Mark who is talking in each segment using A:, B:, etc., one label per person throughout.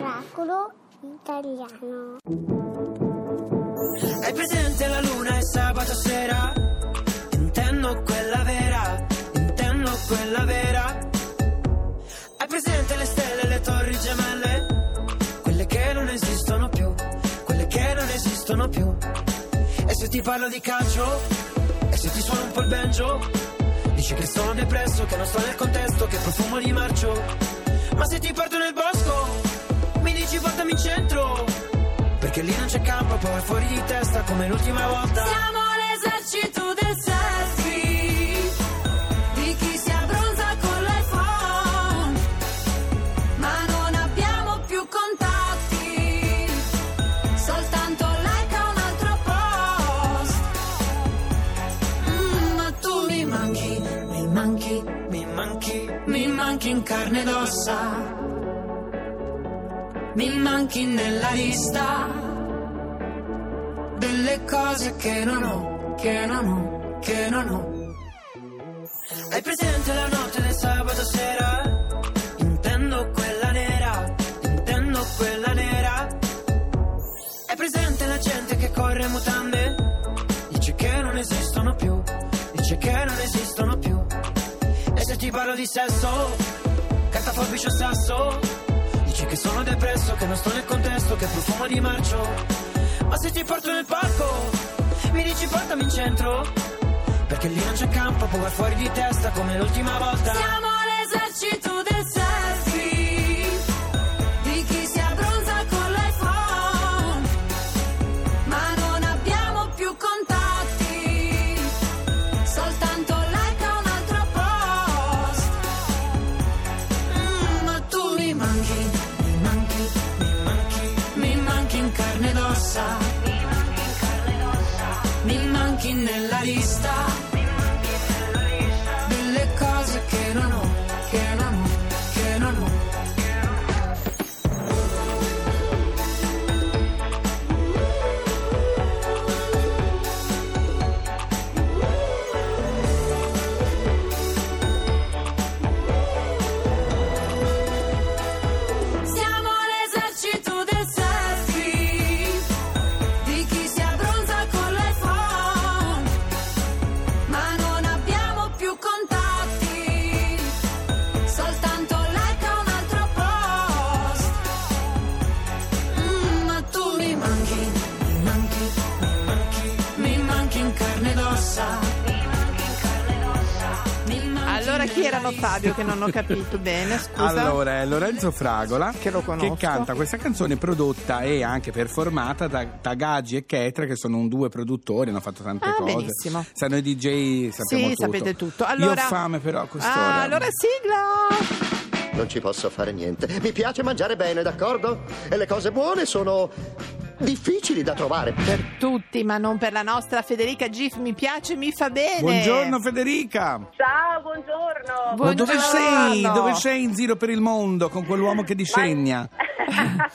A: Oracolo italiano.
B: Hai presente la luna e sabato sera? Intendo quella vera, intendo quella vera. Hai presente le stelle e le torri gemelle? Quelle che non esistono più, quelle che non esistono più. E se ti parlo di calcio? E se ti suono un po' il banjo? Dici che sono depresso, che non sto nel contesto, che profumo di marcio. Ma se ti porto nel bosco, mi dici portami in centro. Perché lì non c'è campo, poi è fuori di testa come l'ultima volta.
C: Siamo l'esercito del selfie Di chi si abbronza con l'iPhone Ma non abbiamo più contatti Soltanto like a un altro post Mm, Ma tu mi manchi, mi manchi
B: Mi manchi,
C: Mi manchi in carne ed ossa Mi manchi nella lista Delle cose che non ho, che non ho, che non ho
B: hai presente la notte del sabato sera? Intendo quella nera, intendo quella nera. Hai presente la gente che corre in mutande? Dice che non esistono più, dice che non esistono più. E se ti parlo di sesso, cartaforbice o sasso? Dici che sono depresso, che non sto nel contesto, che profumo di marcio. Ma se ti porto nel palco, mi dici portami in centro? Perché lì non c'è campo, poi vai fuori di testa come l'ultima volta.
C: Siamo l'esercito del selfie Di chi si abbronza con l'iPhone Ma non abbiamo più contatti Soltanto like a un altro post Mm, Ma tu mi manchi, mi manchi,
B: Mi manchi,
C: mi manchi in carne ed ossa Mi manchi nella lista Delle cose che non ho, che non ho, che non ho Siamo l'esercito del selfie Di chi si abbronza con l'iPhone Ma non abbiamo più contatti Soltanto like a un altro post Mm, Ma tu mi manchi, mi manchi,
B: mi manchi.
C: mi manchi in carne ed ossa Mi manchi
D: Allora chi
C: nella
D: erano
C: lista.
D: Fabio che non ho capito bene, scusa?
E: Allora, è Lorenzo Fragola
D: Che lo conosco.
E: canta questa canzone prodotta e anche performata da, da Gaggi e Chetra, che sono un due produttori, hanno fatto tante
D: Ah,
E: cose.
D: benissimo.
E: Sanno i DJ, sappiamo
D: sì,
E: tutto.
D: sapete tutto. Allora...
E: Io ho fame però a quest'ora.
D: Ah, allora sigla!
F: Non ci posso fare niente. Mi piace mangiare bene, d'accordo? E le cose buone sono difficili da trovare. Per-
D: Tutti, ma non per la nostra Federica Gif, mi piace, mi fa bene.
E: Buongiorno Federica.
G: Ciao, buongiorno.
E: Ma
D: Buongiorno.
E: dove sei? Dove sei in giro per il mondo con quell'uomo che disegna?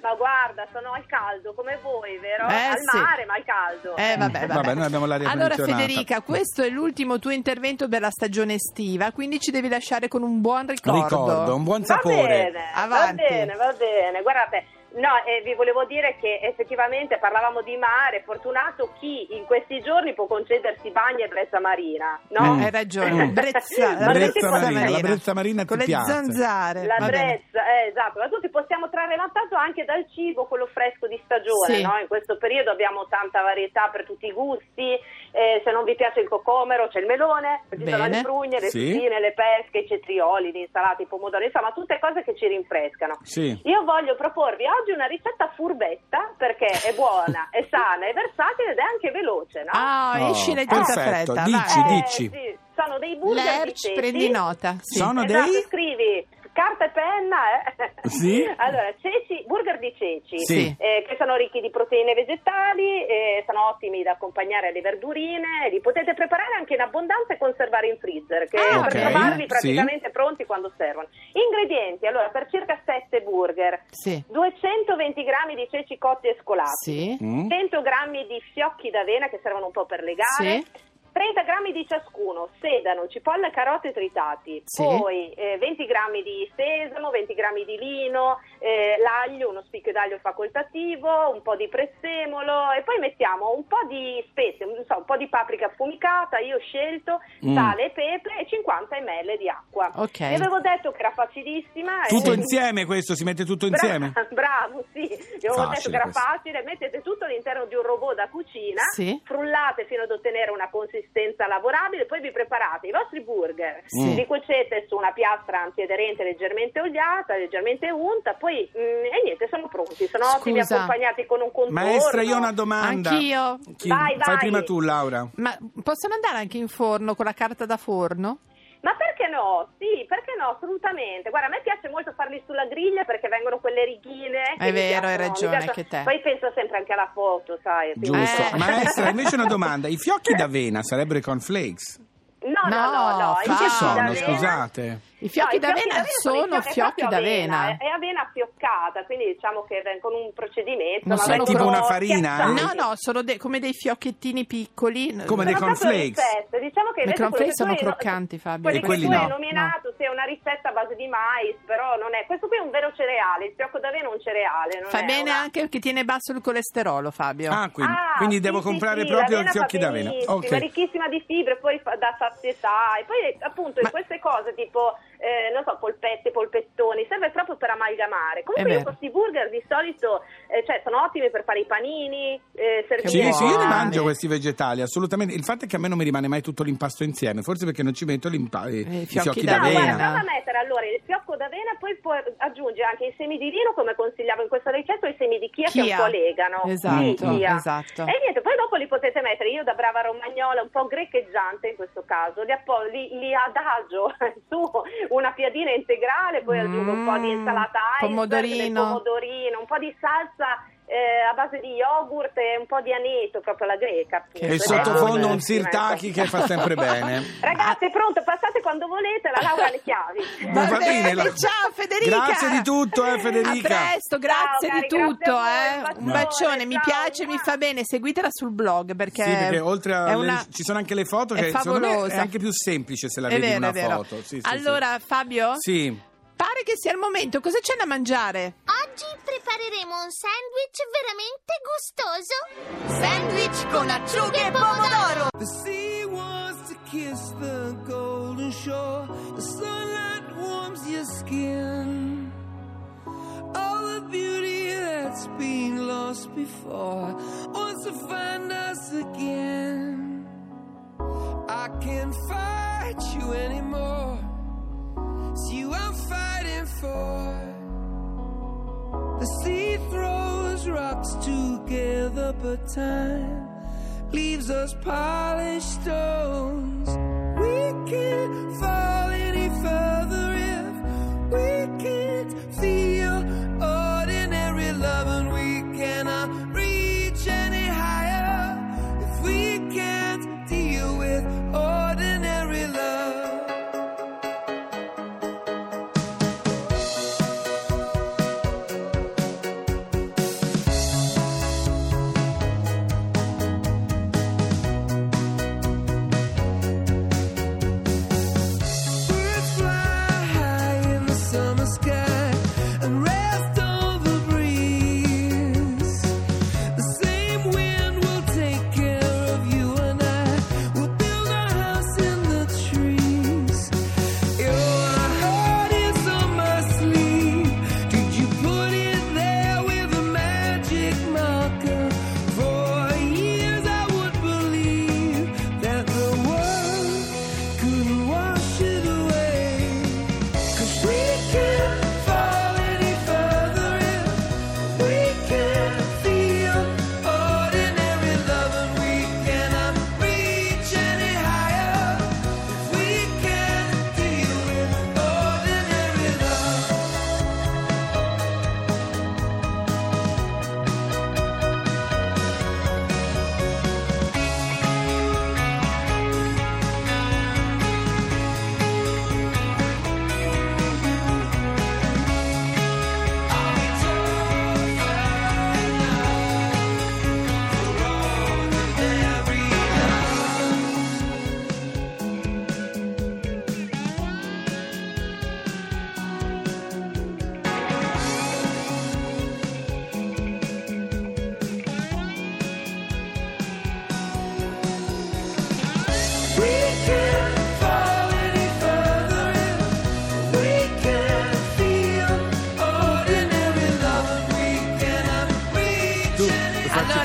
G: Ma guarda, sono al caldo come voi, vero?
D: Eh,
G: al
D: sì.
G: mare, ma al caldo.
D: Eh, vabbè, vabbè.
E: Mm, Vabbè, noi abbiamo l'aria
D: Allora
E: condizionata.
D: Federica, questo è l'ultimo tuo intervento per la stagione estiva, quindi ci devi lasciare con un buon ricordo.
E: Ricordo, un buon
G: Va
E: sapore.
G: bene,
D: Avanti.
G: va bene, va bene. Guardate, no, eh, vi volevo dire che effettivamente parlavamo di mare, fortunato chi in questi giorni può concedersi bagni e brezza marina, no?
E: Mm.
D: Eh, Hai ragione,
E: Mm.
D: Brezza, la
G: Ma
E: Brezza
D: Brezza
E: Marina,
D: Marina.
E: la Brezza Marina ti
D: con le
E: piace.
D: zanzare.
G: La
D: va bene.
G: brezza, eh, esatto, ma tutti possiamo trarre vantaggio anche dal cibo, quello fresco di stagione,
D: Sì.
G: no? in questo periodo abbiamo tanta varietà per tutti i gusti, eh, se non vi piace il cocomero c'è il melone, ci sono
D: Bene.
G: le prugne, le
E: Sì.
G: spine, le pesche, i cetrioli, le insalate, i pomodori, insomma tutte cose che ci rinfrescano.
E: Sì.
G: Io voglio proporvi oggi una ricetta furbetta perché è buona, è sana, è versatile ed è anche veloce, no?
D: Ah,
E: Oh,
D: esci nel tutta
E: perfetto,
D: fretta.
E: dici,
D: vai.
G: Eh,
E: dici.
G: sì, sono dei burger
D: Lerch,
G: di
D: prendi
G: ceci.
D: nota. Sì.
E: Sono
G: Esatto,
E: dei?
G: scrivi carta e penna, eh.
E: Sì.
G: Allora, ceci, burger di ceci,
E: Sì.
G: eh, che sono ricchi di proteine vegetali, eh, sono ottimi da accompagnare alle verdurine, li potete preparare anche in abbondanza e conservare in freezer, che
D: Ah,
G: per
D: ok,
G: trovarli
E: sì.
G: praticamente pronti quando servono. Ingredienti, allora, per circa 7 burger,
D: Sì.
G: 220 grammi di ceci cotti e scolati,
D: Sì.
E: Mm?
G: 100 grammi di fiocchi d'avena che servono un po' per legare,
D: Sì.
G: 30 grammi di ciascuno, sedano, cipolla, carote tritati,
D: Sì.
G: poi eh, 20 grammi di sesamo, 20 grammi di lino, eh, l'aglio, uno spicchio d'aglio facoltativo, un po' di prezzemolo e poi mettiamo un po' di spezie, non so, un po' di paprika affumicata, io ho scelto,
E: Mm.
G: sale e pepe e 50 ml di acqua.
D: Ok.
G: Vi avevo detto che era facilissima. e-
E: Tutto insieme questo, si mette tutto
G: Bra-
E: insieme?
G: bravo, sì. Vi avevo
E: Facile
G: detto che era
E: questo.
G: facile. Mettete tutto all'interno di un robot da cucina,
D: Sì.
G: frullate fino ad ottenere una consistenza lavorabile, poi vi preparate i vostri burger,
E: Sì.
G: li cuocete su una piastra antiaderente leggermente oliata, leggermente unta, poi mm, e niente, sono pronti. Sono ottimi
D: Scusa.
G: accompagnati con un contorno.
E: Maestra, io ho una domanda.
D: Anch'io.
E: Chi-
G: Vai, vai.
E: Fai prima tu, Laura.
D: Ma possono andare anche in forno con la carta da forno?
G: Ma perché no? Sì, perché no? Assolutamente. Guarda, a me piace molto farli sulla griglia perché vengono quelle righine. che
D: È
G: mi
D: vero, hai
G: piacciono, mi
D: ragione,
G: piacciono.
D: che te.
G: Poi penso sempre anche alla foto, sai. quindi-
E: Giusto.
D: Eh.
E: Maestra, invece una domanda. I fiocchi d'avena sarebbero i cornflakes?
G: No, no,
D: No,
G: no, no. i
D: fa-
E: Che
G: fiocchi
E: sono,
G: d'avena-
E: scusate?
D: I fiocchi
G: No, i
D: d'avena sono
G: i eh,
D: fiocchi
G: proprio
D: d'avena.
G: avena, È è avena fioccata, quindi diciamo che ven- con un procedimento.
D: Non
G: ma
D: sono
G: vengono
D: tipo una
E: farina, eh?
G: schiacciati.
D: No, no, sono de- come dei fiocchettini piccoli.
E: Come
G: Sono
E: dei
G: proprio
E: cornflakes.
G: ricette, Diciamo che
D: I
G: invece
D: cornflakes
G: quello
D: sono
G: che tu hai-
D: croccanti, Fabio.
G: Quelli
E: E
G: che
E: quelli
G: tu hai
E: no,
G: nominato, sì, è una ricetta a base di mais, però non è. Questo qui è un vero cereale, il fiocco d'avena è un cereale. Non
D: Fa
G: è
D: bene
G: Eh, una-
D: anche perché tiene basso il colesterolo, Fabio.
E: Ah, quindi,
G: Ah,
E: quindi
G: sì,
E: devo
G: sì,
E: comprare
G: sì,
E: proprio i
G: l'avena fa
E: fiocchi d'avena.
G: benissimo,
E: Ok.
G: È ricchissima di fibre, poi fa- dà sazietà. E poi appunto
D: Ma-
G: in queste cose tipo, eh, non so, polpette, polpettoni, serve proprio per amalgamare. Comunque
E: Eh
D: È
G: io
D: vero.
G: questi burger di solito, eh, cioè, sono ottimi per fare i panini, eh,
E: Sì,
G: servire...
E: sì, io
D: buoni.
E: ne mangio questi vegetali, assolutamente. Il fatto è che a me non mi rimane mai tutto l'impasto insieme, forse perché non ci metto l'impa- i, i
D: fiocchi
E: fiocchi,
G: No,
D: d'avena.
E: d'avena.
G: guarda, prova a mettere allora il fiocco d'avena, poi puoi aggiungere anche i semi di lino, come consigliavo in questa ricetta, o i semi di chia, che
D: Chia.
G: un po' legano.
D: Esatto,
G: Sì, Eh, chia.
D: esatto.
G: E niente, poi dopo li potete mettere, io da brava romagnola, un po' greccheggiante in questo caso, li, appo- li- li adagio su una piadina integrale, poi aggiungo un po' di
D: Mm,
G: insalata iceberg, del
D: pomodorino.
G: pomodorino, un po' di salsa eh, a base di yogurt e un po' di aneto, proprio alla greca. appunto.
E: E
G: Ed è
E: sottofondo
G: buonissima,
E: un sirtaki
G: ecco.
E: che fa sempre bene.
G: Ragazzi, è pronto, passate quando volete, la Laura ha le chiavi.
E: Ma va
D: bene,
E: bene, la-
D: ciao Federica.
E: Grazie di tutto, eh, Federica.
D: A presto, grazie
G: Ciao,
D: di
G: cari,
D: tutto,
G: grazie a voi,
D: eh.
G: un
D: Un bacione, mi
G: bacione,
D: piace,
G: ciao.
D: mi fa bene. Seguitela sul blog perché,
E: Sì, perché oltre a
D: è
E: le-
D: una-
E: ci sono anche le foto
D: è
E: che secondo me
D: favolosa.
E: è anche più semplice se la
D: È
E: vedi
D: vero,
E: in una
D: è vero.
E: foto. Sì, sì, sì.
D: allora, Fabio?
E: Sì.
D: Pare che sia il momento. Cosa c'è da mangiare?
A: Oggi prepareremo un sandwich veramente gustoso.
H: Sandwich con acciughe e pomodoro.
B: The sea wants to kiss the golden shore. The sunlight warms your skin. All the beauty that's been lost before wants to find us again. I can't fight you anymore. It's you I'm fighting for. The sea throws rocks together, but time leaves us polished stones. We can't fall any further if we can't feel ordinary love, and we cannot reach any higher if we can't deal with ordinary love.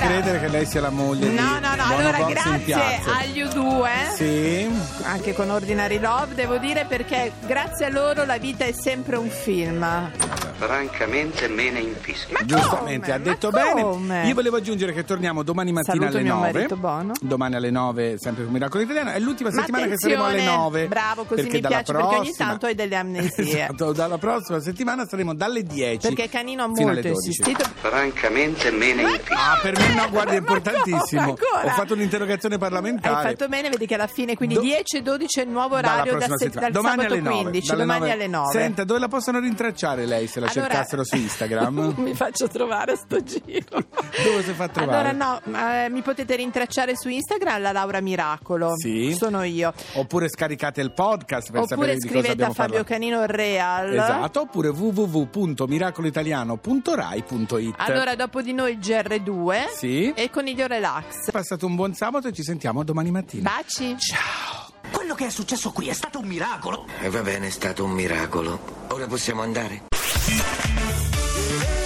E: credere che lei sia la moglie di
D: No, no, no,
E: Buono
D: allora
E: Box in
D: grazie
E: piazza.
D: agli U2,
E: Sì,
D: anche con Ordinary Love, devo dire perché grazie a loro la vita è sempre un film.
I: Francamente me ne infischio.
E: giustamente,
D: come?
E: ha detto
D: Ma
E: bene.
D: come?
E: Io volevo aggiungere che torniamo domani mattina
D: Saluto
E: alle
D: mio
E: 9.
D: marito Bono.
E: Domani alle 9, sempre con Miracolo Italiano. È l'ultima
D: Ma
E: settimana che
D: attenzione,
E: saremo alle 9.
D: bravo, così
E: perché
D: mi
E: dalla
D: piace, perché ogni
E: prossima-
D: tanto hai delle amnesie.
E: Esatto, dalla prossima settimana saremo dalle 10.
D: Perché Canino ha
E: fino alle
D: molto
E: 12.
D: insistito.
I: Francamente me ne infischio.
E: Ah, per me no, guarda, è
D: Ma come,
E: importantissimo.
D: ancora?
E: Ho fatto un'interrogazione
D: Hai
E: parlamentare.
D: fatto bene, vedi che alla fine, quindi
E: Do-
D: 10 e 12 è il nuovo
E: Dalla
D: orario da
E: prossima
D: se-
E: settimana.
D: dal
E: domani
D: sabato
E: alle 9,
D: 15,
E: dalle
D: domani
E: 9.
D: alle 9.
E: Senta, dove la possono rintracciare lei se la
D: Allora-
E: cercassero su Instagram?
D: mi faccio trovare a sto giro.
E: Dove si fa trovare?
D: Allora no, ma, eh, mi potete rintracciare su Instagram la Laura Miracolo.
E: Sì.
D: Sono io.
E: Oppure scaricate il podcast per sapere
D: Oppure
E: di cosa
D: scrivete a
E: abbiamo
D: Fabio
E: parlato.
D: Canino Real.
E: Esatto, oppure www.miracoloitaliano.rai.it.
D: Allora, dopo di noi il GR2
E: Certo. Sì.
D: e Coniglio Relax.
E: è passato un buon sabato e ci sentiamo domani mattina.
D: Baci.
J: Quello che è successo qui è stato un miracolo.
I: E va bene, è stato un miracolo. Ora possiamo andare?